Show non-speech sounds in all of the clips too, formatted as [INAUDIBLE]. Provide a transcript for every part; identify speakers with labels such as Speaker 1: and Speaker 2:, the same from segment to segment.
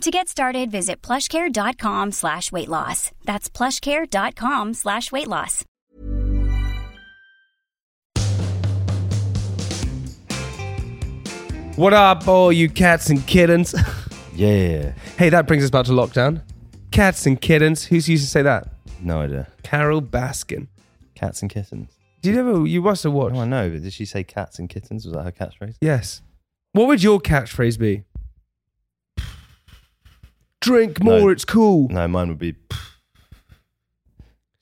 Speaker 1: To get started, visit plushcare.com slash weight loss. That's plushcare.com slash weight loss.
Speaker 2: What up, all you cats and kittens? [LAUGHS]
Speaker 3: Yeah.
Speaker 2: hey, that brings us back to lockdown. Cats and kittens. Who's used to say that?
Speaker 3: No idea.
Speaker 2: Carol Baskin.
Speaker 3: Cats and kittens.
Speaker 2: Did you ever? You must have watched.
Speaker 3: Oh, I know, but did she say cats and kittens? Was that her catchphrase?
Speaker 2: Yes. What would your catchphrase be? Drink
Speaker 3: No.
Speaker 2: more, it's cool.
Speaker 3: No, mine would be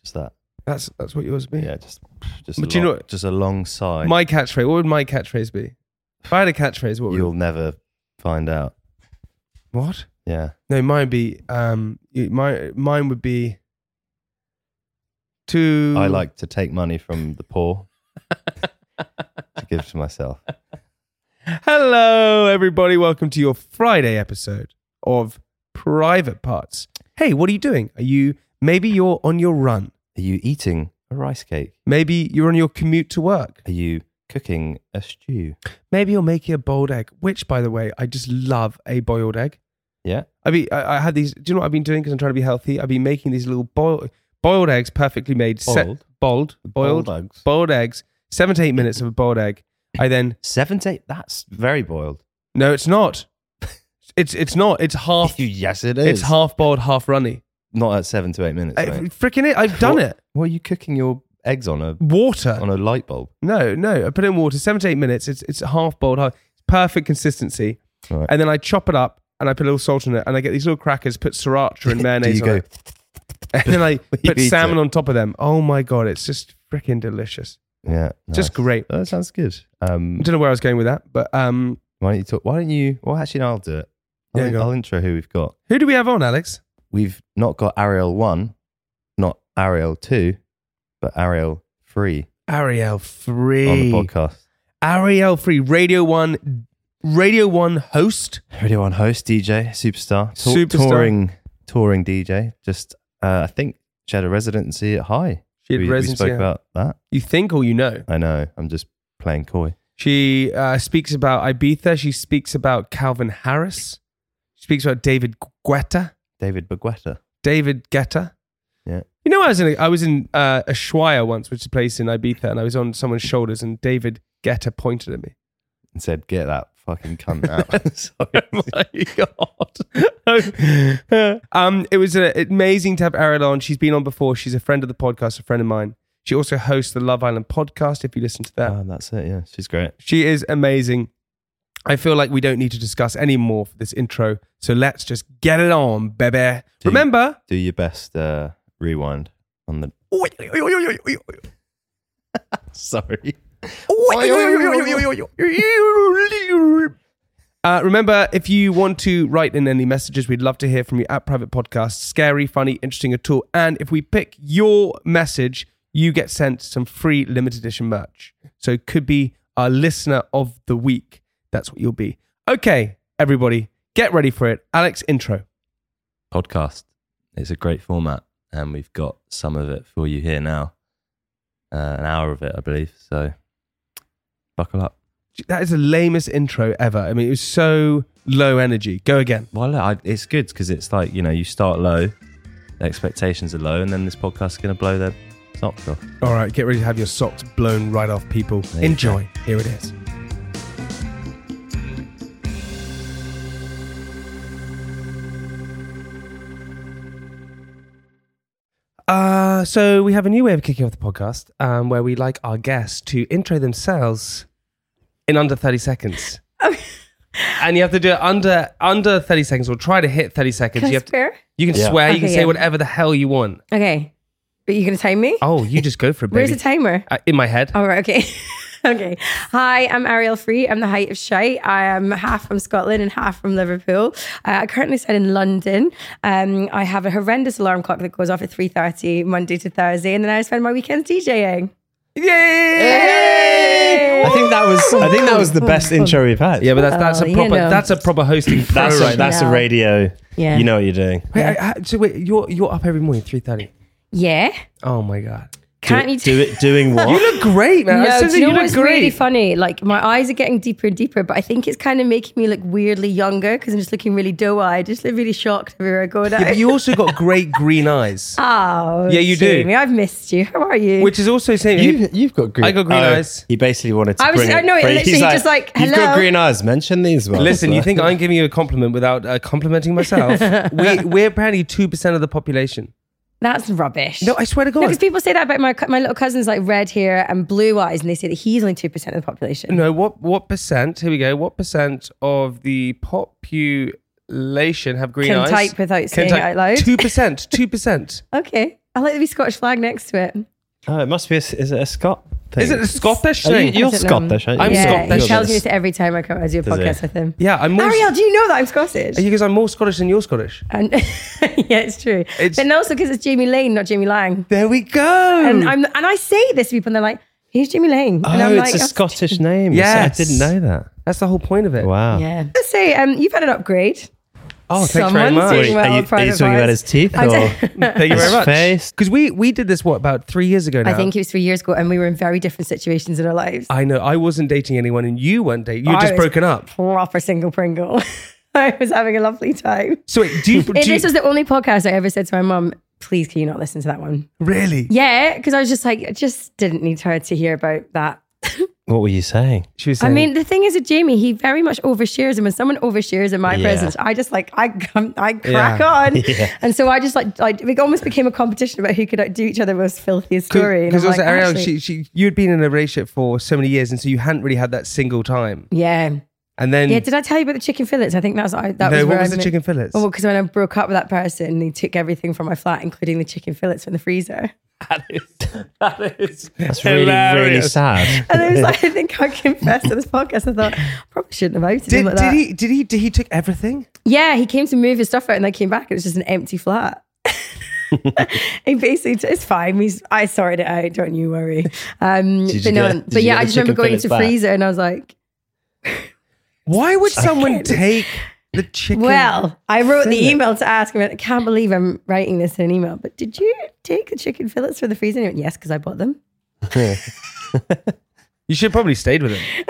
Speaker 3: just that.
Speaker 2: That's that's what yours would be.
Speaker 3: Yeah, just just
Speaker 2: But
Speaker 3: a
Speaker 2: you
Speaker 3: lo-
Speaker 2: know-
Speaker 3: just alongside.
Speaker 2: My catchphrase. What would my catchphrase be? If I had a catchphrase, what would
Speaker 3: You'll never find out.
Speaker 2: what?
Speaker 3: Yeah.
Speaker 2: No, mine would be um you- my mine would be to
Speaker 3: I like to take money from
Speaker 2: [LAUGHS]
Speaker 3: the poor to give to myself.
Speaker 2: Hello everybody, welcome to your Friday episode of Private Parts. Hey, what are you doing? Are you maybe you're on your run?
Speaker 3: Are you eating a rice cake?
Speaker 2: Maybe you're on your commute to work.
Speaker 3: Are you cooking a stew?
Speaker 2: Maybe you're making a boiled egg, which, by the way, I just love a boiled egg.
Speaker 3: Yeah.
Speaker 2: I mean, I, I had these. Do you know what I've been doing? Because I'm trying to be healthy. I've been making these little boil, boiled eggs, perfectly made,
Speaker 3: Boiled?
Speaker 2: boiled, boiled,
Speaker 3: Boiled eggs.
Speaker 2: boiled eggs. Seven to eight minutes of a boiled egg. I then
Speaker 3: Seven to eight. That's very boiled.
Speaker 2: no, it's not. [LAUGHS] It's it's not. It's half.
Speaker 3: [LAUGHS] yes, it is.
Speaker 2: it's half boiled, half runny.
Speaker 3: Not at seven to eight minutes.
Speaker 2: I,
Speaker 3: mate.
Speaker 2: freaking it! I've done
Speaker 3: What-
Speaker 2: it.
Speaker 3: What are you cooking your eggs on a
Speaker 2: Water.
Speaker 3: on a light bulb?
Speaker 2: No, no. I put it in water. Seven to eight minutes. It's it's half boiled, half perfect consistency.
Speaker 3: Right.
Speaker 2: And then I chop it up and I put a little salt in it and I get these little crackers, put sriracha and [LAUGHS] mayonnaise
Speaker 3: [LAUGHS] Do you
Speaker 2: on
Speaker 3: go?
Speaker 2: it. [LAUGHS] And then
Speaker 3: [LAUGHS]
Speaker 2: I
Speaker 3: You
Speaker 2: put
Speaker 3: eat
Speaker 2: salmon
Speaker 3: it.
Speaker 2: on top of them. Oh my god, it's just freaking delicious.
Speaker 3: Yeah,
Speaker 2: Just
Speaker 3: nice.
Speaker 2: great.
Speaker 3: That sounds good.
Speaker 2: I
Speaker 3: Um,
Speaker 2: don't know where I was going with that, but um
Speaker 3: why don't you talk? Why don't you? Well, actually, no, I'll do it. I'll,
Speaker 2: Yeah, go on.
Speaker 3: I'll intro who we've got.
Speaker 2: who do we have on, Alex?
Speaker 3: We've not got Ariel one, not Ariel two, but Ariel three
Speaker 2: Ariel Free.
Speaker 3: on the podcast.
Speaker 2: Ariel Free, Radio One Radio One host.
Speaker 3: Radio One host, DJ, superstar, tou-
Speaker 2: Superstar.
Speaker 3: touring, touring DJ. Just, uh, I think she had a residency at High.
Speaker 2: She had
Speaker 3: we,
Speaker 2: residency
Speaker 3: We
Speaker 2: at-
Speaker 3: spoke about that.
Speaker 2: You think or you know.
Speaker 3: I know. I'm just playing coy.
Speaker 2: She uh, speaks about Ibiza. She speaks about Calvin Harris. She speaks about David Guetta.
Speaker 3: David Baguetta.
Speaker 2: David Guetta.
Speaker 3: Yeah.
Speaker 2: You know, I was in a, I was in uh, Ushuaia once, which is a place in Ibiza, and I was on someone's shoulders, and David Guetta pointed at me.
Speaker 3: And said, "Get that fucking
Speaker 2: [LAUGHS]
Speaker 3: cunt out." [LAUGHS]
Speaker 2: Oh
Speaker 3: Sorry.
Speaker 2: my god! um, it was uh amazing to have Ariel on. She's been on before. She's a friend of the podcast, a friend of mine. She also hosts the Love Island podcast. If you listen to that,
Speaker 3: Oh, that's it. Yeah, she's great.
Speaker 2: she is amazing. I feel like we don't need to discuss any more for this intro. So let's just get it on, baby.
Speaker 3: Do-
Speaker 2: Remember,
Speaker 3: do your best uh, rewind on the. [LAUGHS] Sorry.
Speaker 2: Uh, remember, if you want to write in any messages, we'd love to hear from you at Private Podcast. Scary, funny, interesting at all. And if we pick your message, you get sent some free limited edition merch. So it could be our listener of the week. That's what you'll be. Okay, everybody, get ready for it. Alex, intro.
Speaker 3: Podcast. It's a great format, and we've got some of it for you here now. Uh, an hour of it, I believe. So buckle up.
Speaker 2: That is the lamest intro ever. I mean, it was so low energy. Go again.
Speaker 3: Well, look, I, it's good because it's like, you know, you start low, the expectations are low, and then this podcast is going to blow their socks off.
Speaker 2: All right, get ready to have your socks blown right off, people.
Speaker 3: you
Speaker 2: Enjoy. Here it is. Uh, so we have a new way of kicking off the podcast um, where we like our guests to intro themselves in under 30 seconds. and you have to do it under under 30 seconds or try to hit 30 seconds.
Speaker 4: Can I
Speaker 2: you, have to,
Speaker 4: swear?
Speaker 2: you can
Speaker 3: Yeah.
Speaker 2: swear, you
Speaker 4: Okay,
Speaker 2: can say
Speaker 4: yeah.
Speaker 2: whatever the hell you want.
Speaker 4: Okay. Are you going to time me?
Speaker 2: Oh, you just go for it, baby.
Speaker 4: Where's the timer?
Speaker 2: Uh, in my head.
Speaker 4: All right. Okay. [LAUGHS] okay. Hi, I'm Ariel Free. I'm the height of shite. I am half from Scotland and half from Liverpool. Uh, I currently reside in London. Um, I have a horrendous alarm clock that goes off at 3.30 Monday to Thursday. And then I spend my weekends DJing.
Speaker 3: I think that was I think that was the best intro we've had.
Speaker 2: Yeah, but that's that's
Speaker 4: Oh,
Speaker 2: a
Speaker 4: you
Speaker 2: proper
Speaker 4: know.
Speaker 2: that's a proper
Speaker 4: [CLEARS THROAT]
Speaker 2: hosting pro
Speaker 3: that's
Speaker 2: right
Speaker 3: a, that's
Speaker 4: now.
Speaker 3: a radio.
Speaker 4: Yeah.
Speaker 3: You know what you're doing.
Speaker 2: now. Wait, I, I, so wait, you're you're up every morning three thirty.
Speaker 4: Yeah.
Speaker 2: Oh my god,
Speaker 4: Can't you
Speaker 3: do it [LAUGHS] doing what?
Speaker 2: you look great, man. I
Speaker 4: No,
Speaker 2: said
Speaker 4: do
Speaker 2: that
Speaker 4: you know
Speaker 2: look
Speaker 4: what's
Speaker 2: great.
Speaker 4: really funny? Like my eyes are getting deeper and deeper, but I think it's kind of making me look weirdly younger because I'm just looking really doe-eyed, just look really shocked everywhere I go now.
Speaker 2: Yeah, but you also got great green
Speaker 4: [LAUGHS]
Speaker 2: eyes,
Speaker 4: oh,
Speaker 2: Yeah, you do.
Speaker 4: Jamie, I've missed you. [LAUGHS] How are you?
Speaker 2: which is also saying
Speaker 3: You, you've got green.
Speaker 2: I got green
Speaker 3: Oh,
Speaker 2: eyes.
Speaker 3: He basically wanted to
Speaker 4: I was-
Speaker 3: bring
Speaker 4: I
Speaker 3: it.
Speaker 4: know, it
Speaker 3: bring-
Speaker 4: literally
Speaker 3: he's
Speaker 4: just like,
Speaker 3: You've
Speaker 4: hello."
Speaker 3: got green eyes. Mention these ones.
Speaker 2: Listen, you
Speaker 3: Like,
Speaker 2: think I'm giving you a compliment without uh, complimenting
Speaker 4: [LAUGHS]
Speaker 2: myself? we, we're apparently two percent of the population.
Speaker 4: That's rubbish.
Speaker 2: No, I swear to God.
Speaker 4: because people say that about my co- my little cousin's like red hair and blue eyes, and they say that he's only two percent of the population.
Speaker 2: No, what what percent? Here we go. What percent of the population have green
Speaker 4: Can
Speaker 2: eyes?
Speaker 4: type without saying it out loud.
Speaker 2: Two percent. Two percent.
Speaker 4: Okay, I like the wee Scottish flag next to it.
Speaker 3: Oh, it must be. A, is it a Scot? Thing?
Speaker 2: Is it a Scottish
Speaker 3: Are
Speaker 2: thing?
Speaker 3: you, are
Speaker 4: I don't know.
Speaker 3: Scottish. Aren't you?
Speaker 2: I'm
Speaker 4: yeah,
Speaker 2: Scottish.
Speaker 4: He tells me this every time I come. I do a
Speaker 3: Does he?
Speaker 4: podcast with him.
Speaker 2: yeah, I'm more.
Speaker 4: Ariel, do you know that I'm Scottish?
Speaker 2: because I'm more Scottish than you're Scottish.
Speaker 4: And [LAUGHS] yeah, it's true.
Speaker 2: It's-
Speaker 4: and also because it's Jamie Lane, not Jamie Lang.
Speaker 2: There we go. Oh.
Speaker 4: And I'm and I say this to people, and they're like, "Who's Jamie Lane?"
Speaker 3: Oh,
Speaker 4: and I'm
Speaker 3: it's
Speaker 4: like,
Speaker 3: a
Speaker 2: [LAUGHS]
Speaker 4: "Oh,
Speaker 3: Scottish name.
Speaker 2: Yes.
Speaker 3: I didn't know that.
Speaker 2: That's the whole point of it.
Speaker 3: Wow.
Speaker 4: Yeah. Let's say um, you've had an upgrade.
Speaker 2: Oh, thanks very
Speaker 4: Someone's
Speaker 2: much.
Speaker 4: doing well
Speaker 3: Are you,
Speaker 4: on
Speaker 3: are you
Speaker 4: private
Speaker 3: talking about his
Speaker 4: parts.
Speaker 3: teeth?
Speaker 4: I
Speaker 3: Or? [LAUGHS]
Speaker 4: don't-
Speaker 2: Thank you very
Speaker 3: His
Speaker 2: much.
Speaker 3: face.
Speaker 2: Because we we did this what about three years ago now.
Speaker 4: I think it was three years ago, and we were in very different situations in our lives.
Speaker 2: I know. I wasn't dating anyone, and you weren't dating. You're
Speaker 4: I
Speaker 2: just
Speaker 4: was-
Speaker 2: broken up.
Speaker 4: Proper single Pringle. [LAUGHS] I was having a lovely time.
Speaker 2: So wait,
Speaker 4: [LAUGHS]
Speaker 2: do you, do
Speaker 4: And
Speaker 2: you
Speaker 4: this was the only podcast I ever said to my mum, "Please, can you not listen to that one?"
Speaker 2: really?
Speaker 4: Yeah, because I was just like, I just didn't need her to hear about that.
Speaker 3: What were you saying?
Speaker 2: She was
Speaker 4: I
Speaker 2: saying-
Speaker 4: mean, the thing is with Jamie, he very much overshares, and when someone overshares in my
Speaker 3: Yeah.
Speaker 4: presence, I just like I come-
Speaker 2: [LAUGHS]
Speaker 4: I crack
Speaker 2: Yeah.
Speaker 4: on,
Speaker 3: Yeah.
Speaker 4: and so I just like like it almost became a competition about who could outdo each other the most filthiest story. And
Speaker 2: Because
Speaker 4: I'm
Speaker 2: also
Speaker 4: like,
Speaker 2: Ariel,
Speaker 4: actually-
Speaker 2: she, she, you'd been in a relationship for so many years, and so you hadn't really had that single time.
Speaker 4: yeah,
Speaker 2: And then
Speaker 4: yeah. Did I tell you about the chicken fillets? I think that's I,
Speaker 2: Mm.
Speaker 4: that
Speaker 2: no,
Speaker 4: was
Speaker 2: what
Speaker 4: where
Speaker 2: was
Speaker 4: I
Speaker 2: the
Speaker 4: met-
Speaker 2: chicken fillets?
Speaker 4: Oh, because when I broke up with that person, he took everything from my flat, including the chicken fillets from the freezer.
Speaker 3: That's really, really
Speaker 2: Hilarious.
Speaker 3: sad.
Speaker 2: [LAUGHS]
Speaker 3: [LAUGHS]
Speaker 4: And I was like, I think I confessed to this podcast. I thought probably shouldn't have outed
Speaker 2: did,
Speaker 4: him like
Speaker 2: did
Speaker 4: that.
Speaker 2: he? Did he? Did he took everything?
Speaker 4: Yeah, he came to move his stuff out and then came back. It was just an empty flat. he basically, t- it's fine. He's, I sorted it out. Don't you worry. Um,
Speaker 3: Did you
Speaker 4: but no,
Speaker 3: get- did
Speaker 4: but
Speaker 3: you
Speaker 4: yeah,
Speaker 3: get
Speaker 4: I
Speaker 3: the
Speaker 4: just remember
Speaker 3: chicken
Speaker 4: going
Speaker 3: fillets
Speaker 4: into
Speaker 3: back?
Speaker 4: freezer and I was like,
Speaker 2: Why would someone take the chicken?
Speaker 4: well, I wrote the
Speaker 2: fillet.
Speaker 4: email to ask him. I can't believe I'm writing this in an email, but did you take the chicken fillets for the freezer? And he went, yes, because I bought them.
Speaker 2: you should have probably stayed with him.
Speaker 4: [LAUGHS]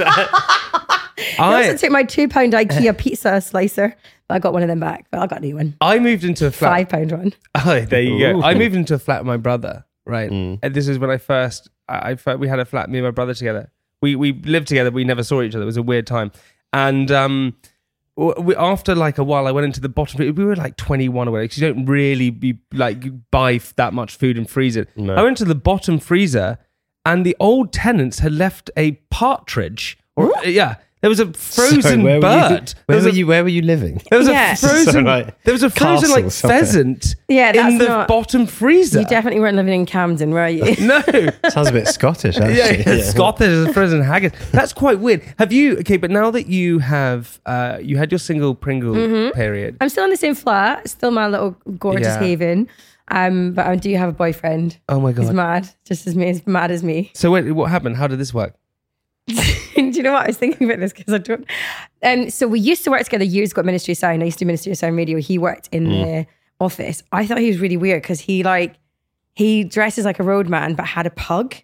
Speaker 2: [LAUGHS]
Speaker 4: I also
Speaker 2: I
Speaker 4: took my two
Speaker 2: [LAUGHS]
Speaker 4: pound IKEA pizza slicer. But I got one of them back, but I got a new one.
Speaker 2: I moved into a flat.
Speaker 4: Five pound one.
Speaker 2: [LAUGHS] Oh, there you go.
Speaker 3: Ooh. Mm.
Speaker 2: I moved into a flat with my brother, right? And this is when I first, I, I fir- we had a flat, me and my brother together. We we lived together, we never saw each other. It was a weird time. And um, w- we, after like a while, I went into the bottom. We were like 21 or whatever, because you don't really be like buy f- that much food and freeze it.
Speaker 3: No.
Speaker 2: I went to the bottom freezer, and the old tenants had left a partridge, or yeah, there was a frozen
Speaker 3: Sorry, where
Speaker 2: bird.
Speaker 3: Were you,
Speaker 2: there
Speaker 3: where,
Speaker 2: was
Speaker 3: were
Speaker 2: a-
Speaker 3: you, where were you
Speaker 2: [LAUGHS]
Speaker 3: living?
Speaker 2: there was
Speaker 4: Yeah.
Speaker 2: a frozen.
Speaker 3: Sort of like
Speaker 2: there was a frozen
Speaker 3: castle
Speaker 2: like
Speaker 3: somewhere.
Speaker 2: pheasant.
Speaker 4: Yeah,
Speaker 2: in
Speaker 4: that's
Speaker 2: the
Speaker 4: not-
Speaker 2: bottom freezer.
Speaker 4: You definitely weren't living in Camden, were you?
Speaker 2: [LAUGHS]
Speaker 4: [LAUGHS]
Speaker 2: no.
Speaker 3: Sounds a bit Scottish, actually.
Speaker 2: Yeah,
Speaker 3: [LAUGHS]
Speaker 2: yeah. [LAUGHS] Scottish is a frozen haggis. That's quite weird. Have you okay? But now that you have, uh, you had your single Pringle
Speaker 4: Mm-hmm.
Speaker 2: period.
Speaker 4: I'm still in the same flat, still my little gorgeous
Speaker 2: Yeah.
Speaker 4: haven. Um, but I do have a boyfriend.
Speaker 2: Oh my
Speaker 4: He's
Speaker 2: god!
Speaker 4: mad, just as me as mad as me.
Speaker 2: so wait, what happened? How did this work?
Speaker 4: [LAUGHS] do you know what I was thinking about this? Because I don't. Um, so we used to work together years ago at Ministry of Sound. I used to do Ministry of Sound Radio. He worked in
Speaker 2: Mm.
Speaker 4: the office. I thought he was really weird because he like he dresses like a roadman but had a pug.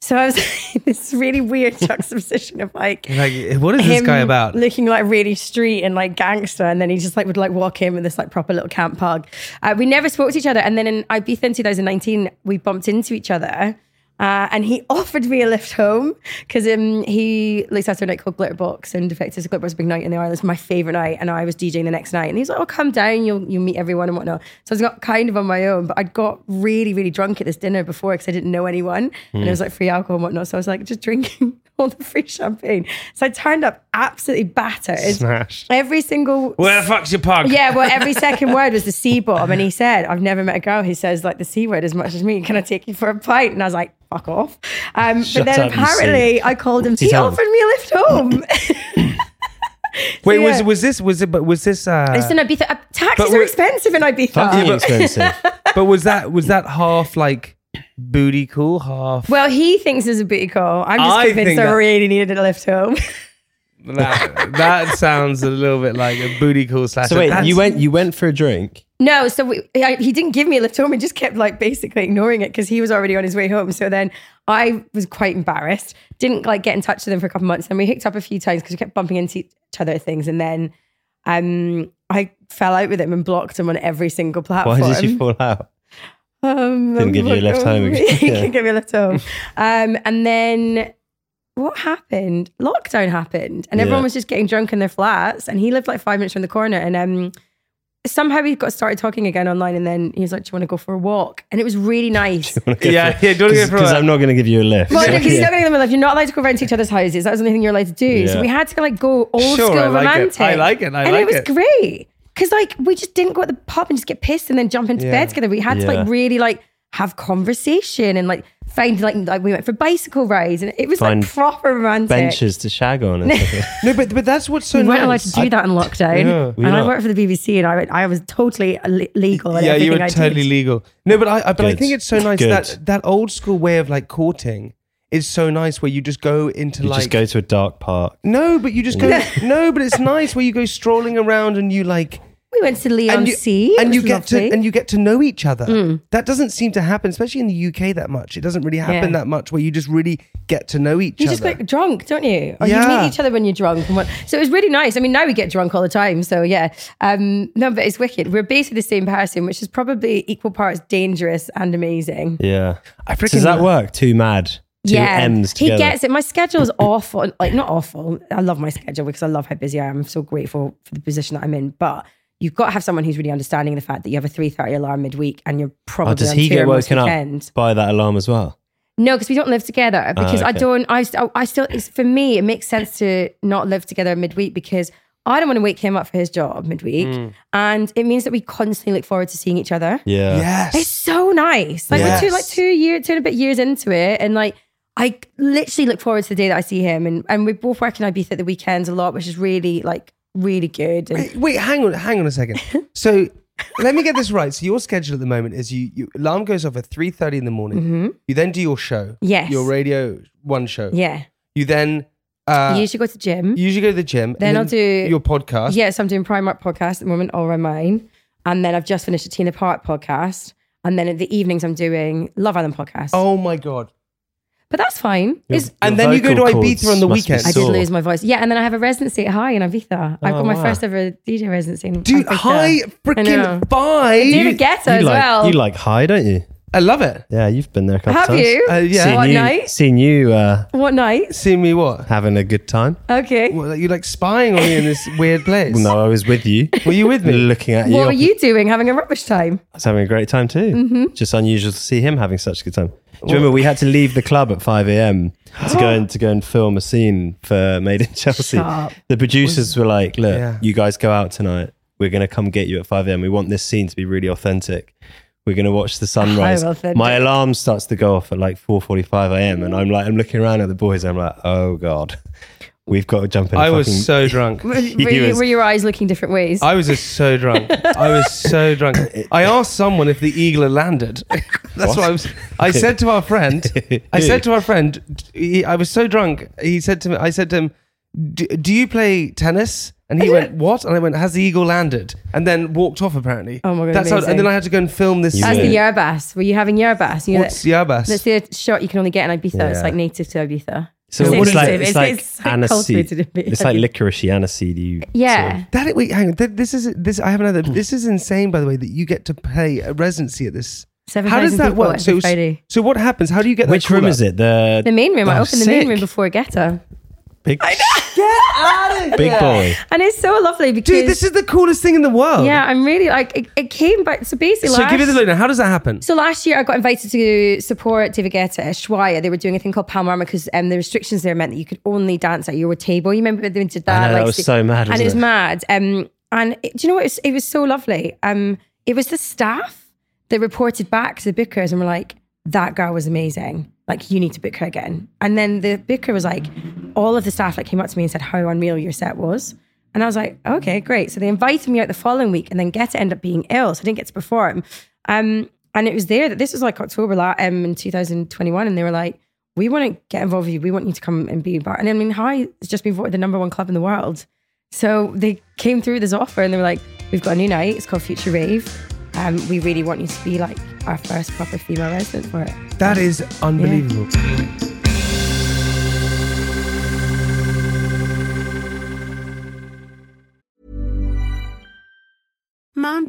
Speaker 4: So I was [LAUGHS] like, this
Speaker 2: [LAUGHS]
Speaker 4: really weird juxtaposition of like
Speaker 2: Like, what is this guy
Speaker 4: him
Speaker 2: about?
Speaker 4: Looking like really street and like gangster, and then he just like would like walk in with this like proper little camp hug. Uh, we never spoke to each other, and then in Ibiza in 2019, we bumped into each other. Uh, and he [LAUGHS] offered me a lift home because um, he looks after a night called Glitterbox and Defectives of Glitterbox, big night in the Islands, my favorite night. And I was DJing the next night, and he's like, "Oh, come down, you'll you'll meet everyone and whatnot." So I was got kind of on my own, but I got really really drunk at this dinner before because I didn't know anyone, and it was like free alcohol and whatnot. So I was like just drinking [LAUGHS] all the free champagne. So I turned up absolutely battered.
Speaker 2: Smashed.
Speaker 4: Every single
Speaker 2: Where the fuck's your pug?
Speaker 4: yeah, well, every second word was the C bomb, and he said, "I've never met a girl who says like the C word as much as me. Can I take you for a pint?" And I was like, fuck off. Um, but
Speaker 3: Shut
Speaker 4: then
Speaker 3: up, you
Speaker 4: apparently I called him.
Speaker 3: he
Speaker 4: He
Speaker 3: tell him?
Speaker 4: offered me a lift home.
Speaker 2: Wait, was
Speaker 4: So, yeah.
Speaker 2: was this was it? But was this?
Speaker 4: It's
Speaker 2: Uh,
Speaker 4: in Ibiza. Uh,
Speaker 2: But
Speaker 4: [LAUGHS] Taxis
Speaker 2: we're-
Speaker 4: are expensive in Ibiza.
Speaker 3: Fucking expensive.
Speaker 2: [LAUGHS] but was that was that half like booty cool, half?
Speaker 4: Well, he thinks it's a booty call. I'm just
Speaker 2: I think
Speaker 4: convinced I
Speaker 2: that-
Speaker 4: really needed a lift home.
Speaker 2: that, that sounds a little bit like a booty cool slash.
Speaker 3: So wait,
Speaker 2: that's-
Speaker 3: you went you went for a drink.
Speaker 4: no, so we, I, he didn't give me a lift home. He just kept like basically ignoring it because he was already on his way home. So then I was quite embarrassed. Didn't like get in touch with him for a couple months. And we hooked up a few times because we kept bumping into each other at things. And then um, I fell out with him and blocked him on every single
Speaker 3: Why
Speaker 4: platform.
Speaker 3: did you fall out? [LAUGHS]
Speaker 4: Um,
Speaker 3: Didn't give you a lift home. [LAUGHS]
Speaker 4: He [LAUGHS]
Speaker 3: Yeah.
Speaker 4: didn't give me a lift home. Um, and then what happened? Lockdown happened, and everyone
Speaker 3: Yeah.
Speaker 4: was just getting drunk in their flats. And he lived like five minutes from the corner. And um, somehow we got started talking again online. And then he was like, "Do you want to go for a walk?" And it was really nice.
Speaker 2: Yeah, yeah. Don't go for
Speaker 3: Because
Speaker 2: it.
Speaker 3: I'm not going to give you a lift.
Speaker 4: Well, because
Speaker 3: Yeah.
Speaker 4: you're not
Speaker 2: [LAUGHS]
Speaker 4: going to live. You're not allowed to go around to each other's houses. That was the only thing you're allowed to do. So
Speaker 3: Yeah.
Speaker 4: we had to like go old
Speaker 2: Sure,
Speaker 4: school
Speaker 2: I like it.
Speaker 4: romantic.
Speaker 2: I like it. I
Speaker 4: and
Speaker 2: like
Speaker 4: it was
Speaker 2: it.
Speaker 4: great because like we just didn't go at the pub and just get pissed and then jump into
Speaker 2: Yeah.
Speaker 4: bed together. We had to like
Speaker 3: Yeah.
Speaker 4: really like have conversation and like find like like we went for bicycle rides and it was
Speaker 3: Find
Speaker 4: like proper romantic.
Speaker 3: benches to shag on. And
Speaker 4: [LAUGHS]
Speaker 3: stuff.
Speaker 2: no, but but that's what's so
Speaker 4: We weren't allowed
Speaker 2: nice.
Speaker 4: to do that in lockdown.
Speaker 2: Yeah,
Speaker 3: we
Speaker 4: and I
Speaker 3: not.
Speaker 4: worked for the BBC and I went- I was totally le- legal. in
Speaker 2: yeah, you
Speaker 4: everything
Speaker 2: were
Speaker 4: I
Speaker 2: totally
Speaker 4: did.
Speaker 2: legal. No, but I, I but I
Speaker 3: Good.
Speaker 2: think it's so nice
Speaker 3: Good.
Speaker 2: that that old school way of like courting is so nice where you just go into
Speaker 3: You
Speaker 2: like
Speaker 3: just go to a dark park.
Speaker 2: no, but you just go [LAUGHS] no, but it's nice where you go strolling around and you like
Speaker 4: We went to Leon
Speaker 2: and you,
Speaker 4: Sea
Speaker 2: and
Speaker 4: it
Speaker 2: you
Speaker 4: was
Speaker 2: get
Speaker 4: lovely. Mm.
Speaker 2: to and you get to know each other. That doesn't seem to happen, especially in the UK that much. It doesn't really happen
Speaker 4: Yeah.
Speaker 2: that much where you just really get to know each
Speaker 4: You
Speaker 2: other.
Speaker 4: just get drunk, don't you? Or you
Speaker 2: Yeah.
Speaker 4: meet each other when you're drunk. And what, so it was really nice. I mean, now we get drunk all the time. So yeah, um, no, but it's wicked. We're basically the same person, which is probably equal parts dangerous and amazing.
Speaker 3: Yeah.
Speaker 2: I freaking
Speaker 3: Does that work? Too mad. Two
Speaker 4: yeah,
Speaker 3: M's
Speaker 4: he
Speaker 3: together.
Speaker 4: gets it. My schedule's [COUGHS] awful. Like not awful. I love my schedule because I love how busy I am. I'm so grateful for the position that I'm in, but. You've got to have someone who's really understanding the fact that you have a three thirty alarm midweek and you're probably
Speaker 3: oh, does
Speaker 4: on
Speaker 3: he
Speaker 4: tour
Speaker 3: get
Speaker 4: most
Speaker 3: woken
Speaker 4: weekend.
Speaker 3: up by that alarm as well?
Speaker 4: No, because we don't live
Speaker 2: Ah,
Speaker 4: together. Because I
Speaker 3: okay.
Speaker 4: don't. I, st- I still. It's, for me, it makes sense to not live together midweek because I don't want to wake him up for his job midweek,
Speaker 2: Mm.
Speaker 4: and it means that we constantly look forward to seeing each other.
Speaker 3: Yeah.
Speaker 2: yes.
Speaker 4: It's so nice. Like we're two, like
Speaker 2: Yes.
Speaker 4: two year, two and a bit years into it, and like I literally look forward to the day that I see him, and and we both work in Ibiza at the weekends a lot, which is really like really good. And
Speaker 2: Wait, wait, hang on, hang on a
Speaker 4: [LAUGHS]
Speaker 2: second. So let me get this right. So your schedule at the moment is you, you alarm goes off at three thirty in the morning. You then do your show,
Speaker 4: Mm-hmm. Yes.
Speaker 2: your radio one show.
Speaker 4: yeah,
Speaker 2: You then uh,
Speaker 4: you
Speaker 2: you
Speaker 4: usually go to gym.
Speaker 2: usually go to the gym. and
Speaker 4: Then I'll do-
Speaker 2: your podcast.
Speaker 4: Yes, I'm doing Primark podcast at the moment, all around mine. And then I've just finished a Tina Park podcast. And then in the evenings, I'm doing Love Island podcast.
Speaker 2: Oh my god!
Speaker 4: But that's fine. It's,
Speaker 2: And then you go to
Speaker 3: vocal
Speaker 2: Ibiza
Speaker 3: cords
Speaker 2: on the
Speaker 3: must be
Speaker 2: weekend.
Speaker 4: I did
Speaker 3: sore.
Speaker 4: lose my voice. Yeah, and then I have a residency at High in Ibiza. I've got
Speaker 3: Oh,
Speaker 4: my
Speaker 3: wow.
Speaker 4: first ever DJ residency. In
Speaker 2: Dude,
Speaker 4: Ibiza.
Speaker 2: high
Speaker 4: know.
Speaker 2: freaking five.
Speaker 4: Did a ghetto
Speaker 3: you
Speaker 4: as
Speaker 3: like,
Speaker 4: well.
Speaker 3: You like high, don't you?
Speaker 2: I love it.
Speaker 3: Yeah, you've been there a couple
Speaker 4: have
Speaker 3: times.
Speaker 4: you?
Speaker 2: Uh, yeah.
Speaker 3: Seen
Speaker 4: What
Speaker 3: you,
Speaker 4: night?
Speaker 3: Seen you uh,
Speaker 4: What night?
Speaker 2: See me what?
Speaker 3: having a good time.
Speaker 4: Okay. What,
Speaker 2: Well, you like spying on me in this weird place.
Speaker 3: Well, no, I was with
Speaker 4: [LAUGHS]
Speaker 3: you.
Speaker 2: Were you with me?
Speaker 3: looking at you.
Speaker 4: were you doing? Having a rubbish time?
Speaker 3: I was having a great time too.
Speaker 4: Mm-hmm.
Speaker 3: Just unusual to see him having such a good time. Do you remember we had to leave the club at 5
Speaker 4: [GASPS]
Speaker 3: a.m. to go and to go and film a scene for Made in Chelsea.
Speaker 4: Shut up.
Speaker 3: The producers were like, "Look,
Speaker 2: Yeah.
Speaker 3: you guys go out tonight. We're going to come get you at 5 a.m. We want this scene to be really authentic. We're going to watch the sunrise.
Speaker 4: authentic.
Speaker 3: My alarm starts to go off at like 4:45 a.m. and I'm like, I'm looking around at the boys. I'm like, oh god, we've got to jump in. a
Speaker 2: I was
Speaker 3: fucking-
Speaker 2: so
Speaker 3: [LAUGHS]
Speaker 2: drunk.
Speaker 4: Were, were you-
Speaker 3: was-
Speaker 4: were your eyes looking different ways?
Speaker 2: I was just so drunk. I was so
Speaker 3: [COUGHS]
Speaker 2: drunk. I asked someone if the eagle had landed. [LAUGHS] That's what, I was. I said to our friend.
Speaker 3: [LAUGHS]
Speaker 2: I said to our friend. He, I was so drunk. He said to me. I said to him, "Do do you play tennis?" And
Speaker 4: [LAUGHS]
Speaker 2: he went, "What?" And I went, "Has the eagle landed?" And then walked off. Apparently.
Speaker 4: Oh my God,
Speaker 2: That's how,
Speaker 4: amazing.
Speaker 2: and then I had to go and film this. uh,
Speaker 4: As
Speaker 3: were.
Speaker 4: the
Speaker 3: Yeah.
Speaker 4: Yerbas. Were you having Yerbas? You know,
Speaker 2: What's Yabas?
Speaker 4: that's the shot you can only get in Ibiza. It's
Speaker 3: Yeah.
Speaker 4: like native to Ibiza.
Speaker 3: So
Speaker 4: It's
Speaker 3: it's like
Speaker 4: expensive.
Speaker 3: it's
Speaker 4: It's-
Speaker 3: like
Speaker 4: it's
Speaker 3: aniseed.
Speaker 4: cultivated in me.
Speaker 3: It's like licorice aniseed. You
Speaker 4: Yeah.
Speaker 2: That wait, hang on. Th- This is this. I have
Speaker 3: [CLEARS THROAT]
Speaker 2: another. This is insane, by the way, that you get to pay a residency at this. How does
Speaker 4: 7,000
Speaker 2: that
Speaker 4: people
Speaker 2: work?
Speaker 4: every
Speaker 2: So,
Speaker 4: Friday.
Speaker 2: so what happens? How do you get?
Speaker 3: Which
Speaker 2: that
Speaker 3: room is it? The,
Speaker 4: The main room. I
Speaker 3: Oh,
Speaker 4: opened the main
Speaker 3: sick.
Speaker 4: room before Ghetto. [LAUGHS]
Speaker 3: big,
Speaker 4: Get out of
Speaker 3: big boy.
Speaker 4: And it's so lovely because
Speaker 2: Dude, this is the coolest thing in the world.
Speaker 4: yeah, I'm really like it, it came back. So basically,
Speaker 2: So
Speaker 4: last,
Speaker 2: give it the lowdown. How does that happen?
Speaker 4: so last year I got invited to support David Guetta at Ushuaia. They were doing a thing called Palmarma because um, the restrictions there meant that you could only dance at your table. You remember they did that?
Speaker 3: I know, that was so mad,
Speaker 4: and
Speaker 3: wasn't
Speaker 4: it was
Speaker 3: it?
Speaker 4: mad. Um, and it- do you know what? It was, it was so lovely. Um, it was the staff that reported back to the bookers and were like, "That girl was amazing." like you need to book her again. And then the booker was like, all of the staff like came up to me and said how unreal your set was. And I was like, okay, great. So they invited me out the following week, and then Get ended up being ill, so I didn't get to perform. Um, and it was there that this was like October la- um, in 2021, and they were like, we want to get involved with you. We want you to come and be part. And I mean, High has just been voted the number one club in the world. So they came through with this offer and they were like, we've got a new night. It's called Future Rave. Um, we really want you to be like our first proper female resident for it.
Speaker 2: That is unbelievable.
Speaker 5: Mom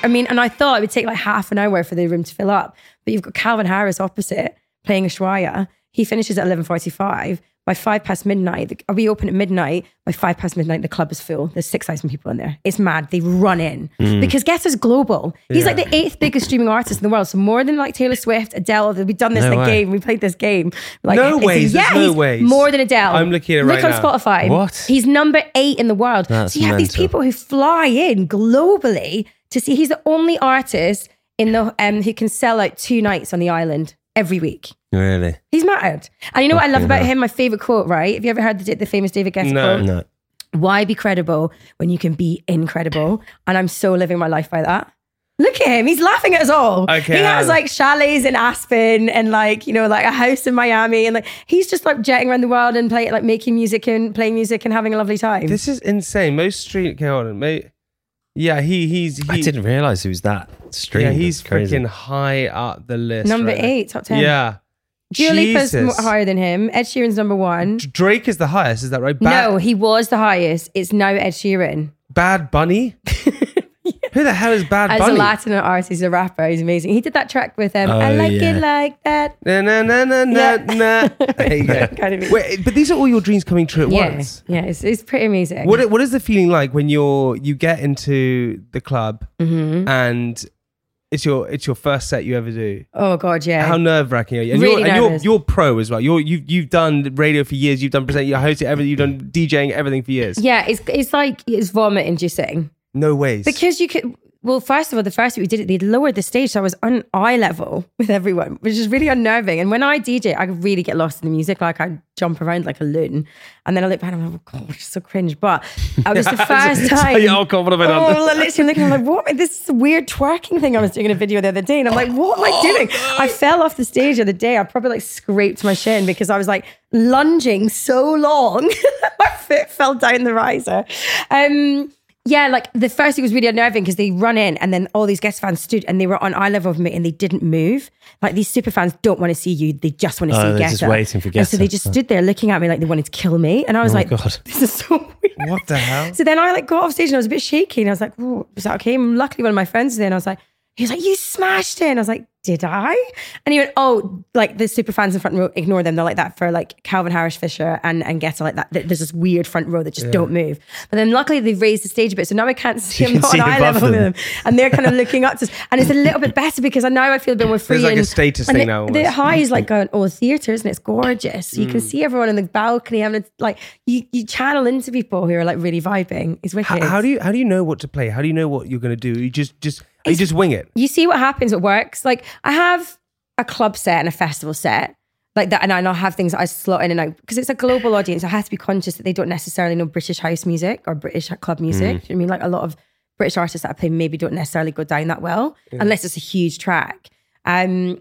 Speaker 4: I mean, and I thought it would take like half an hour for the room to fill up, but you've got Calvin Harris opposite playing Ushuaia. He finishes at eleven forty-five. By five past midnight, the- we open at midnight. By five past midnight, the club is full. There's six thousand people in there. It's mad. They run in
Speaker 2: Mm.
Speaker 4: because Guess is global. He's like the eighth biggest streaming artist in the world. So more than like Taylor Swift, Adele. We've done this
Speaker 6: No
Speaker 4: like,
Speaker 6: way.
Speaker 4: game. We played this game. Like,
Speaker 2: No
Speaker 4: it's-
Speaker 2: ways.
Speaker 4: Yeah,
Speaker 2: There's no
Speaker 4: he's
Speaker 2: ways.
Speaker 4: more than Adele.
Speaker 2: I'm looking at it
Speaker 4: Look
Speaker 2: right
Speaker 4: on
Speaker 2: now.
Speaker 4: Spotify.
Speaker 6: What?
Speaker 4: He's number eight in the world.
Speaker 6: That's
Speaker 4: so you have these
Speaker 6: mental.
Speaker 4: people people who fly in globally to see. He's the only artist in the um who can sell out two nights on the island every week.
Speaker 6: Really?
Speaker 4: He's mad. And you know what I love
Speaker 6: Fucking
Speaker 4: about
Speaker 6: hell.
Speaker 4: him? My favorite quote, right? Have you ever heard the, the famous David Guest
Speaker 2: No.
Speaker 4: quote?
Speaker 3: No.
Speaker 4: Why be credible when you can be incredible? And I'm so living my life by that. Look at him. He's laughing at us all.
Speaker 2: Okay. um,
Speaker 4: He has like chalets in Aspen and like, you know, like a house in Miami. And like, he's just like jetting around the world and play, like making music and playing music and having a lovely time.
Speaker 2: This is insane. Most street. Okay, hold on, mate. Yeah, he he's he,
Speaker 3: I didn't realize he was that stream.
Speaker 2: Yeah, he's
Speaker 3: That's crazy.
Speaker 2: freaking high up the list.
Speaker 4: Number
Speaker 2: right now.
Speaker 4: eight, top 10.
Speaker 2: Yeah.
Speaker 4: Dua Lipa's mo-
Speaker 2: Jesus.
Speaker 4: higher than him. Ed Sheeran's number one.
Speaker 2: Drake is the highest. Is that right?
Speaker 4: no, he was the highest. It's now Ed Sheeran.
Speaker 2: Bad
Speaker 4: [LAUGHS]
Speaker 2: Bunny. Who the hell is Bad
Speaker 4: As a
Speaker 2: Bunny?
Speaker 4: Latin artist, he's a rapper. He's amazing. He did that track with um,
Speaker 3: Oh,
Speaker 4: I like
Speaker 3: yeah.
Speaker 4: it like that.
Speaker 2: Na na na na na na.
Speaker 4: [LAUGHS]
Speaker 2: There you go.
Speaker 4: Kind of-
Speaker 2: Wait, but these are all your dreams coming true at
Speaker 4: yeah,
Speaker 2: once.
Speaker 4: yeah. It's, it's pretty amazing.
Speaker 2: What i- what is the feeling like when you're you get into the club
Speaker 4: Mm-hmm.
Speaker 2: and it's your it's your first set you ever do?
Speaker 4: oh God, yeah.
Speaker 2: How nerve wracking are you? And,
Speaker 4: Really
Speaker 2: you're, and you're
Speaker 4: nervous.
Speaker 2: you're pro as well. You're you've you've done radio for years. You've done presenting, you're hosting everything. You've done DJing everything for years.
Speaker 4: yeah, it's it's like it's vomit inducing
Speaker 2: No ways.
Speaker 4: because you could. Well, first of all, the first week we did it, they'd lowered the stage, so I was on eye level [LAUGHS] with everyone, which is really unnerving. And when I DJ, I could really get lost in the music, like I jump around like a loon, and then I look back and I'm like, oh God, it's so cringe. But I was the first time.
Speaker 2: yeah, I'll cover it up.
Speaker 4: Oh, I'm literally looking. I'm like, what? This is a weird twerking thing I was doing in a video the other day, and I'm like, what am I doing? I fell off the stage the other day. I probably like scraped my shin because I was like lunging so long, [LAUGHS] my foot fell down the riser. Um, yeah, like the first thing was really unnerving because they run in and then all these guest fans stood and they were on eye level with me and they didn't move. Like these super fans don't want to see you; they just want to
Speaker 3: Oh,
Speaker 4: see
Speaker 3: they're
Speaker 4: Guetta.
Speaker 3: just waiting for
Speaker 4: And so
Speaker 3: Guetta.
Speaker 4: they just stood there looking at me like they wanted to kill me, and I was
Speaker 3: Oh my
Speaker 4: like,
Speaker 3: God.
Speaker 4: "This is so [LAUGHS] weird."
Speaker 2: What the hell?
Speaker 4: So then I like got off stage and I was a bit shaky and I was like, oh, is that okay? And luckily one of my friends was there and I was like, he was like, you smashed it. And I was like, did I? And he went, oh, like the super fans in front row, ignore them. They're like that for like Calvin Harris Fisher and, and Guetta like that. There's this weird front row that just don't move. But then luckily they've raised the stage a bit. So now I
Speaker 3: [LAUGHS]
Speaker 4: can't see
Speaker 3: You can
Speaker 4: them not
Speaker 3: see
Speaker 4: on eye
Speaker 3: above
Speaker 4: level with
Speaker 3: them.
Speaker 4: them. And they're kind of looking up to us. And it's a little bit better because I now I feel a bit more free.
Speaker 2: like a
Speaker 4: and-
Speaker 2: status
Speaker 4: and
Speaker 2: thing
Speaker 4: the-
Speaker 2: now
Speaker 4: The
Speaker 2: almost.
Speaker 4: high is like going, oh, theatres and it's gorgeous. You
Speaker 2: Mm.
Speaker 4: can see everyone in the balcony. having a- like you, you channel into people who are like really vibing. It's wicked.
Speaker 2: How, how do you how do you know what to play? How do you know what you're going to do? You just just you just wing it.
Speaker 4: you see what happens what works like i have a club set and a festival set like that and i will have things that i slot in and out because it's a global audience i have to be conscious that they don't necessarily know british house music or british club
Speaker 2: Mm.
Speaker 4: music Do you know what i mean like a lot of british artists that i play maybe don't necessarily go down that well unless it's a huge track um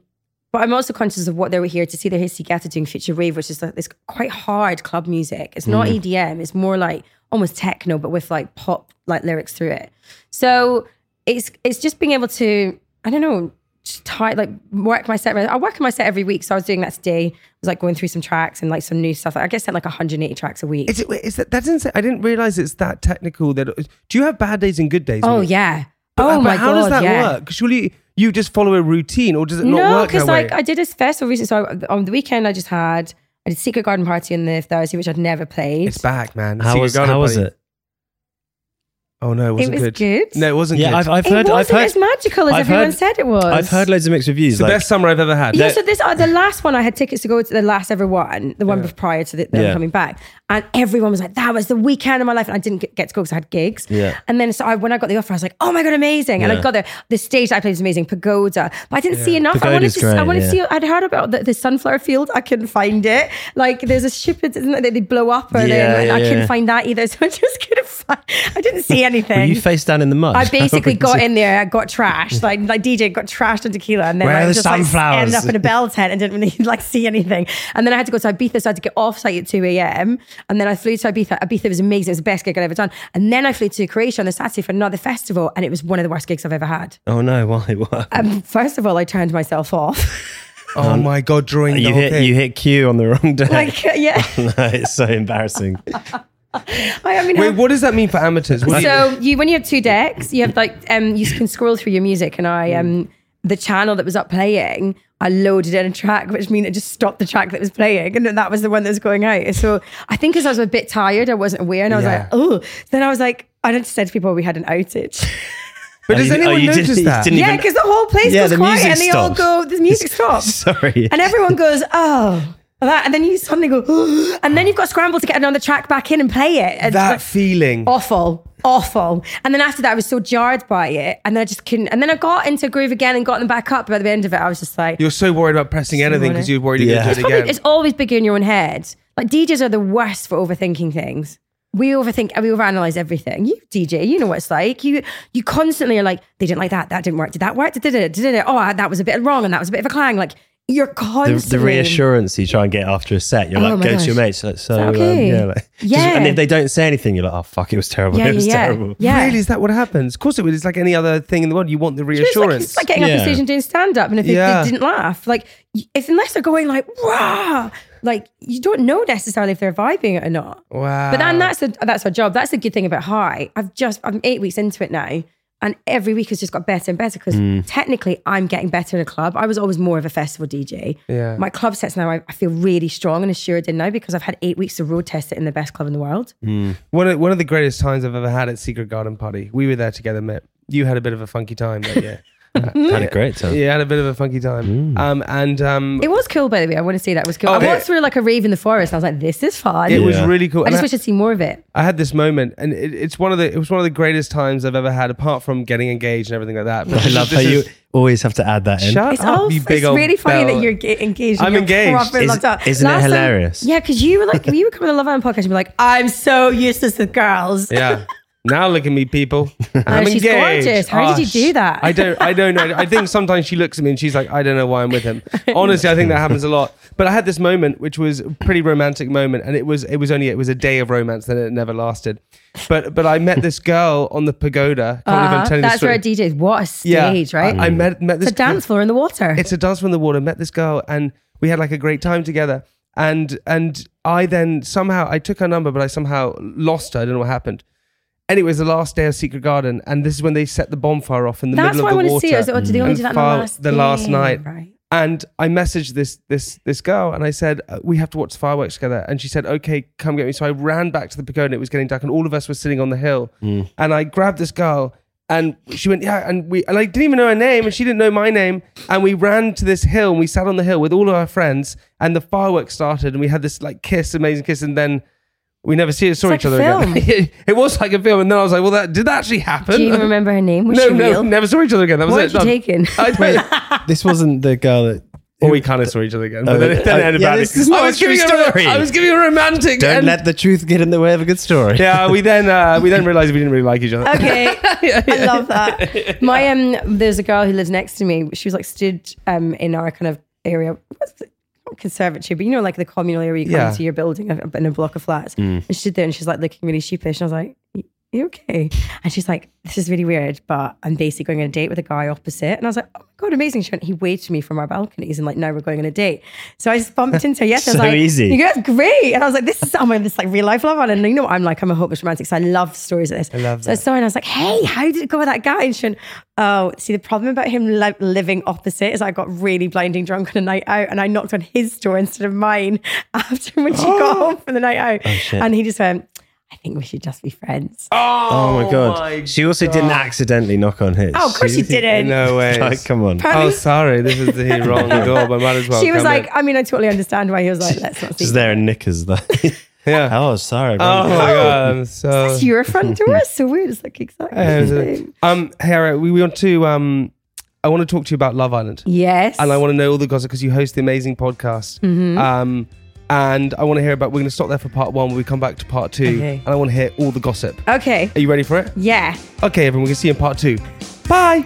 Speaker 4: but I'm also conscious of what they were here to see. They're here to see Gata doing Future Rave, which is like this quite hard club music. It's
Speaker 2: Mm.
Speaker 4: not EDM. It's more like almost techno, but with like pop like lyrics through it. So it's it's just being able to I don't know just tie like work my set. I work my set every week, so I was doing that today. I was like going through some tracks and like some new stuff. I get sent like 180 tracks a week.
Speaker 2: Is it is that that's insane? I didn't realize it's that technical. That do you have bad days and good days?
Speaker 4: oh yeah. Oh
Speaker 2: but
Speaker 4: my
Speaker 2: how does
Speaker 4: God,
Speaker 2: that
Speaker 4: yeah.
Speaker 2: work? Surely you just follow a routine, or does it not
Speaker 4: no,
Speaker 2: work that
Speaker 4: because
Speaker 2: way?
Speaker 4: like I did a festival recently. So I, on the weekend, I just had I did Secret Garden Party on the Thursday, which I'd never played.
Speaker 2: it's back, man.
Speaker 3: How
Speaker 2: Secret
Speaker 3: was,
Speaker 2: Garden
Speaker 3: how was
Speaker 2: Party.
Speaker 3: it?
Speaker 2: Oh no, it wasn't
Speaker 4: was
Speaker 2: good.
Speaker 4: good.
Speaker 2: No, it wasn't
Speaker 3: Yeah,
Speaker 2: good.
Speaker 3: I've, I've
Speaker 4: it
Speaker 3: heard.
Speaker 4: wasn't
Speaker 3: I've heard
Speaker 4: as magical as
Speaker 3: I've
Speaker 4: everyone
Speaker 3: heard-
Speaker 4: said it was.
Speaker 3: I've heard loads of mixed reviews.
Speaker 2: it's the
Speaker 3: like,
Speaker 2: best summer I've ever had.
Speaker 4: Yeah, so this uh, the last one I had tickets to go to the last ever one, the one bef- prior to the, them
Speaker 3: Yeah.
Speaker 4: coming back, and everyone was like, "That was the weekend of my life," and I didn't get, get to go because I had gigs.
Speaker 3: Yeah.
Speaker 4: And then so I, when I got the offer, I was like, "Oh my god, amazing!" And I
Speaker 3: Yeah.
Speaker 4: got there. The stage that I played was amazing, Pagoda, but I didn't see enough. I wanted
Speaker 3: Pagoda's
Speaker 4: to. I
Speaker 3: great,
Speaker 4: wanted to
Speaker 3: yeah.
Speaker 4: see. I'd heard about the, the sunflower field. I couldn't find it. Like there's a ship isn't there, that they blow up, or
Speaker 3: Yeah,
Speaker 4: then I
Speaker 3: yeah,
Speaker 4: couldn't
Speaker 3: yeah.
Speaker 4: find that either. [LAUGHS] So I just couldn't find. I didn't see
Speaker 3: [LAUGHS]
Speaker 4: anything.
Speaker 3: Were you face down in the [LAUGHS] mud?
Speaker 4: I basically got in there, I got trashed, like like DJ got trashed on tequila, and then
Speaker 3: Where are
Speaker 4: I
Speaker 3: the
Speaker 4: just like
Speaker 3: sunflowers?
Speaker 4: ended up in a bell tent and didn't really [LAUGHS] like see anything. And then I had to go to Ibiza, so I had to get off site at two a.m. And then I flew to Ibiza. Ibiza was amazing; it was the best gig I'd ever done. And then I flew to Croatia on the Saturday for another festival, and it was one of the worst gigs I've ever had.
Speaker 3: Oh no! Why? What?
Speaker 4: Um, first of all, I turned myself off. [LAUGHS]
Speaker 2: oh my god, drawing the
Speaker 3: [LAUGHS] Um, you
Speaker 2: whole
Speaker 3: hit
Speaker 2: thing.
Speaker 3: you hit Q on the wrong day.
Speaker 4: like, [LAUGHS] yeah,
Speaker 3: [LAUGHS] no, it's so embarrassing.
Speaker 4: I, I mean,
Speaker 2: Wait,
Speaker 4: how-
Speaker 2: what does that mean for amateurs? What do you-
Speaker 4: so you when you have two decks you have like um you can scroll through your music and i um the channel that was up playing i loaded in a track which meant it just stopped the track that was playing and that was the one that was going out so i think because i was a bit tired i wasn't aware and i was
Speaker 2: Yeah.
Speaker 4: like oh then i was like i just said to people we had an outage
Speaker 2: but does
Speaker 3: Oh, you- oh,
Speaker 2: anyone
Speaker 3: you
Speaker 2: notice
Speaker 3: didn't- you
Speaker 2: that?
Speaker 3: didn't
Speaker 4: yeah
Speaker 3: even-
Speaker 4: because the whole place
Speaker 3: Yeah,
Speaker 4: goes
Speaker 3: the
Speaker 4: quiet
Speaker 3: music
Speaker 4: and they
Speaker 3: stops.
Speaker 4: all go
Speaker 3: [LAUGHS]
Speaker 4: the music stops
Speaker 3: Sorry.
Speaker 4: and everyone goes oh that, and then you suddenly go [GASPS] "Oh," and then you've got to scramble to get another track back in and play it And
Speaker 2: that
Speaker 4: like-
Speaker 2: feeling.
Speaker 4: Oh. awful awful and then after that i was so jarred by it and then i just couldn't and then i got into a groove again and got them back up by the end of it i was just like
Speaker 2: You're so worried about pressing anything because
Speaker 4: morning.
Speaker 2: you're worried you're
Speaker 3: Yeah.
Speaker 2: going
Speaker 3: It's
Speaker 2: to do
Speaker 4: probably
Speaker 2: it again.
Speaker 4: it's always bigger in your own head like djs are the worst for overthinking things we overthink we overanalyze everything you dj you know what it's like you you constantly are like they didn't like that that didn't work did that work did it did it oh that was a bit wrong and that was a bit of a clang like you're
Speaker 3: the,
Speaker 4: constantly
Speaker 3: the reassurance you try and get after a set, you're
Speaker 4: Oh
Speaker 3: like,
Speaker 4: my
Speaker 3: go
Speaker 4: gosh.
Speaker 3: to your mates, like, so,
Speaker 4: that
Speaker 3: um,
Speaker 4: okay?
Speaker 3: yeah, like, [LAUGHS] just-
Speaker 4: Yeah.
Speaker 3: and if they don't say anything, you're like, oh fuck, it was terrible, [LAUGHS]
Speaker 4: yeah
Speaker 3: it was
Speaker 4: yeah yeah,
Speaker 3: terrible.
Speaker 4: yeah.
Speaker 2: Really, is that what happens? Of course, it would. It's like any other thing in the world. You want the
Speaker 4: It's like-
Speaker 2: reassurance.
Speaker 4: It's like, getting up on
Speaker 3: Yeah.
Speaker 4: stage and doing stand up, and if they-
Speaker 2: Yeah.
Speaker 4: they didn't laugh, like y- if unless they're going like wow, like you don't know necessarily if they're vibing it or not.
Speaker 2: wow.
Speaker 4: But then that's the that's our job. That's the good thing about high. I've just I'm eight weeks into it now. And every week has just got better and better because
Speaker 3: Hmm.
Speaker 4: technically I'm getting better in a club. I was always more of a festival DJ.
Speaker 2: Yeah.
Speaker 4: My club sets now I, I feel really strong and assured in now because I've had eight weeks to road test it in the best club in the world.
Speaker 3: Hmm.
Speaker 2: One of, one of the greatest times I've ever had at Secret Garden Party. We were there together, Mitt. You had a bit of a funky time that year.
Speaker 3: Had a great time.
Speaker 2: yeah, had a bit of a funky time.
Speaker 3: Mm.
Speaker 2: Um, and um,
Speaker 4: It was cool, by the way. I want to say that was cool.
Speaker 2: Oh,
Speaker 4: I walked
Speaker 2: it-
Speaker 4: through like a rave in the forest. I was like, this is fun.
Speaker 2: it was
Speaker 3: Yeah.
Speaker 2: really cool.
Speaker 4: I
Speaker 2: And
Speaker 4: just wish I'd seen more of it.
Speaker 2: I had this moment, and it, it's one of the it was one of the greatest times I've ever had, apart from getting engaged and everything like that. But
Speaker 3: I love how
Speaker 2: this
Speaker 3: you
Speaker 2: is-
Speaker 3: always have to add that in.
Speaker 2: Shut
Speaker 4: It's,
Speaker 2: up,
Speaker 4: all,
Speaker 2: you
Speaker 4: it's
Speaker 2: big old
Speaker 4: really funny
Speaker 2: bell.
Speaker 4: that you're ga- engaged.
Speaker 2: I'm
Speaker 4: You're
Speaker 2: engaged.
Speaker 4: proper
Speaker 3: Is-
Speaker 4: loved up.
Speaker 3: isn't it
Speaker 4: time-
Speaker 3: hilarious?
Speaker 4: yeah, because you were
Speaker 2: [LAUGHS]
Speaker 4: like, you would come on the Love Island podcast and be like, I'm so useless with girls.
Speaker 2: Yeah. Now look at me,
Speaker 4: [LAUGHS]
Speaker 2: people. I'm
Speaker 4: she's
Speaker 2: engaged.
Speaker 4: gorgeous. How did you do
Speaker 2: sh-
Speaker 4: that?
Speaker 2: I don't. I don't know. I think sometimes she looks at me and she's like, "I don't know why I'm with
Speaker 4: [LAUGHS]
Speaker 2: him." Honestly, I think that happens a lot. But I had this moment, which was a pretty romantic moment, and it was it was only it was a day of romance, then it never lasted. But but I met this girl on the pagoda. Can't
Speaker 4: Uh-huh.
Speaker 2: even tell you the
Speaker 4: That's where
Speaker 2: story.
Speaker 4: a DJ What a
Speaker 2: Yeah.
Speaker 4: stage,
Speaker 2: I-
Speaker 4: right?
Speaker 2: I, met met
Speaker 4: it's
Speaker 2: this
Speaker 4: a dance floor in the water.
Speaker 2: it's a dance from the water. Met this girl and we had like a great time together. And and I then somehow I took her number, but I somehow lost her. I don't know what happened. And it was the last day of Secret Garden, and this is when they set the bonfire off in the
Speaker 4: That's
Speaker 2: middle of
Speaker 4: why I
Speaker 2: the
Speaker 4: want to
Speaker 2: water. Mm.
Speaker 4: see it. Is it- or do they only
Speaker 2: and
Speaker 4: do that in the
Speaker 2: fire-
Speaker 4: last
Speaker 2: the last
Speaker 4: thing?
Speaker 2: night?
Speaker 4: Right.
Speaker 2: And I messaged this this this girl, and I said "Uh, we have to watch the fireworks together. And she said, "Okay, come get me." So I ran back to the pagoda. It was getting dark, and all of us were sitting on the hill. And I grabbed this girl, and she went, "Yeah." And we and I didn't even know her name, and she didn't know my name. And we ran to this hill, and we sat on the hill with all of our friends, and the fireworks started, and we had this like kiss, amazing kiss, and then. We never see saw
Speaker 4: like
Speaker 2: each other
Speaker 4: a
Speaker 2: again. [LAUGHS] it was like a film, and then I was like, "Well, that did that actually happen?"
Speaker 4: Do you even remember her name?
Speaker 2: [LAUGHS]
Speaker 4: Was
Speaker 2: No,
Speaker 4: she
Speaker 2: no,
Speaker 4: real?
Speaker 2: never saw each other again. That was
Speaker 4: What
Speaker 2: it.
Speaker 4: had you
Speaker 2: done.
Speaker 4: taken?
Speaker 2: [LAUGHS] I don't-
Speaker 3: [LAUGHS] This wasn't the girl that.
Speaker 2: or we kind of saw each other again. But [LAUGHS] then,
Speaker 3: Oh, yeah. Uh,
Speaker 2: then it ended
Speaker 3: Yeah,
Speaker 2: badly.
Speaker 3: this is not
Speaker 2: I
Speaker 3: a
Speaker 2: was
Speaker 3: true
Speaker 2: giving a-
Speaker 3: story.
Speaker 2: I was giving a romantic.
Speaker 3: Don't
Speaker 2: end.
Speaker 3: let the truth get in the way of a good story.
Speaker 2: yeah, we then uh, we then realized we didn't really like each other.
Speaker 4: Okay, I love that. My um, there's a girl who lives next to me. She was like stood um in our kind of area, what's it- not conservatory, but you know, like the communal area you come
Speaker 2: Yeah.
Speaker 4: into your building in a block of flats. And she stood there and she's like looking really sheepish. And I was like, you okay? And she's like, this is really weird, but I'm basically going on a date with a guy opposite. And I was like, oh my God, amazing. She went, he waved to me from our balconies and like, now we're going on a date. So I just bumped into her. Yes. I was
Speaker 3: So
Speaker 4: like,
Speaker 3: easy.
Speaker 4: You go, that's great. And I was like, this is, I'm in this like real life love. And you know what? I'm like, I'm a hopeless romantic. So I love stories like this. I love so I saw her and I was like, hey, how did it go with that guy? And she went, oh, see, the problem about him li- living opposite is I got really blinding drunk on a night out and I knocked on his door instead of mine [LAUGHS] after when she got home from the night out. and he just went, I think we should just be friends.
Speaker 3: Oh, my god. she also didn't accidentally knock on his.
Speaker 4: Oh, of course you didn't.
Speaker 2: No way.
Speaker 3: [LAUGHS] Like, come on.
Speaker 2: Oh, sorry. This is
Speaker 4: [LAUGHS]
Speaker 2: the wrong door, but might as well.
Speaker 4: she was
Speaker 2: come
Speaker 4: like,
Speaker 2: in.
Speaker 4: I mean, I totally understand why he was like, let's not see.
Speaker 3: She's there in knickers though. [LAUGHS]
Speaker 2: yeah.
Speaker 3: oh, sorry.
Speaker 2: Oh my god, I'm so.
Speaker 4: That's your front
Speaker 2: oh.
Speaker 4: door. It's so weird. It's
Speaker 2: [LAUGHS]
Speaker 4: like exactly
Speaker 2: Yeah, it
Speaker 4: the
Speaker 2: was a-
Speaker 4: same.
Speaker 2: Um, Hera, we want to. Um, I want to talk to you about Love Island,
Speaker 4: Yes.
Speaker 2: and I want to know all the gossip because you host the amazing podcast.
Speaker 4: Mm-hmm.
Speaker 2: Um, and I want to hear about. We're going to stop there for part one. When we come back to part two,
Speaker 4: Okay.
Speaker 2: and I want to hear all the gossip.
Speaker 4: Okay.
Speaker 2: Are you ready for it?
Speaker 4: Yeah.
Speaker 2: Okay, everyone. We can see you in part two. Bye.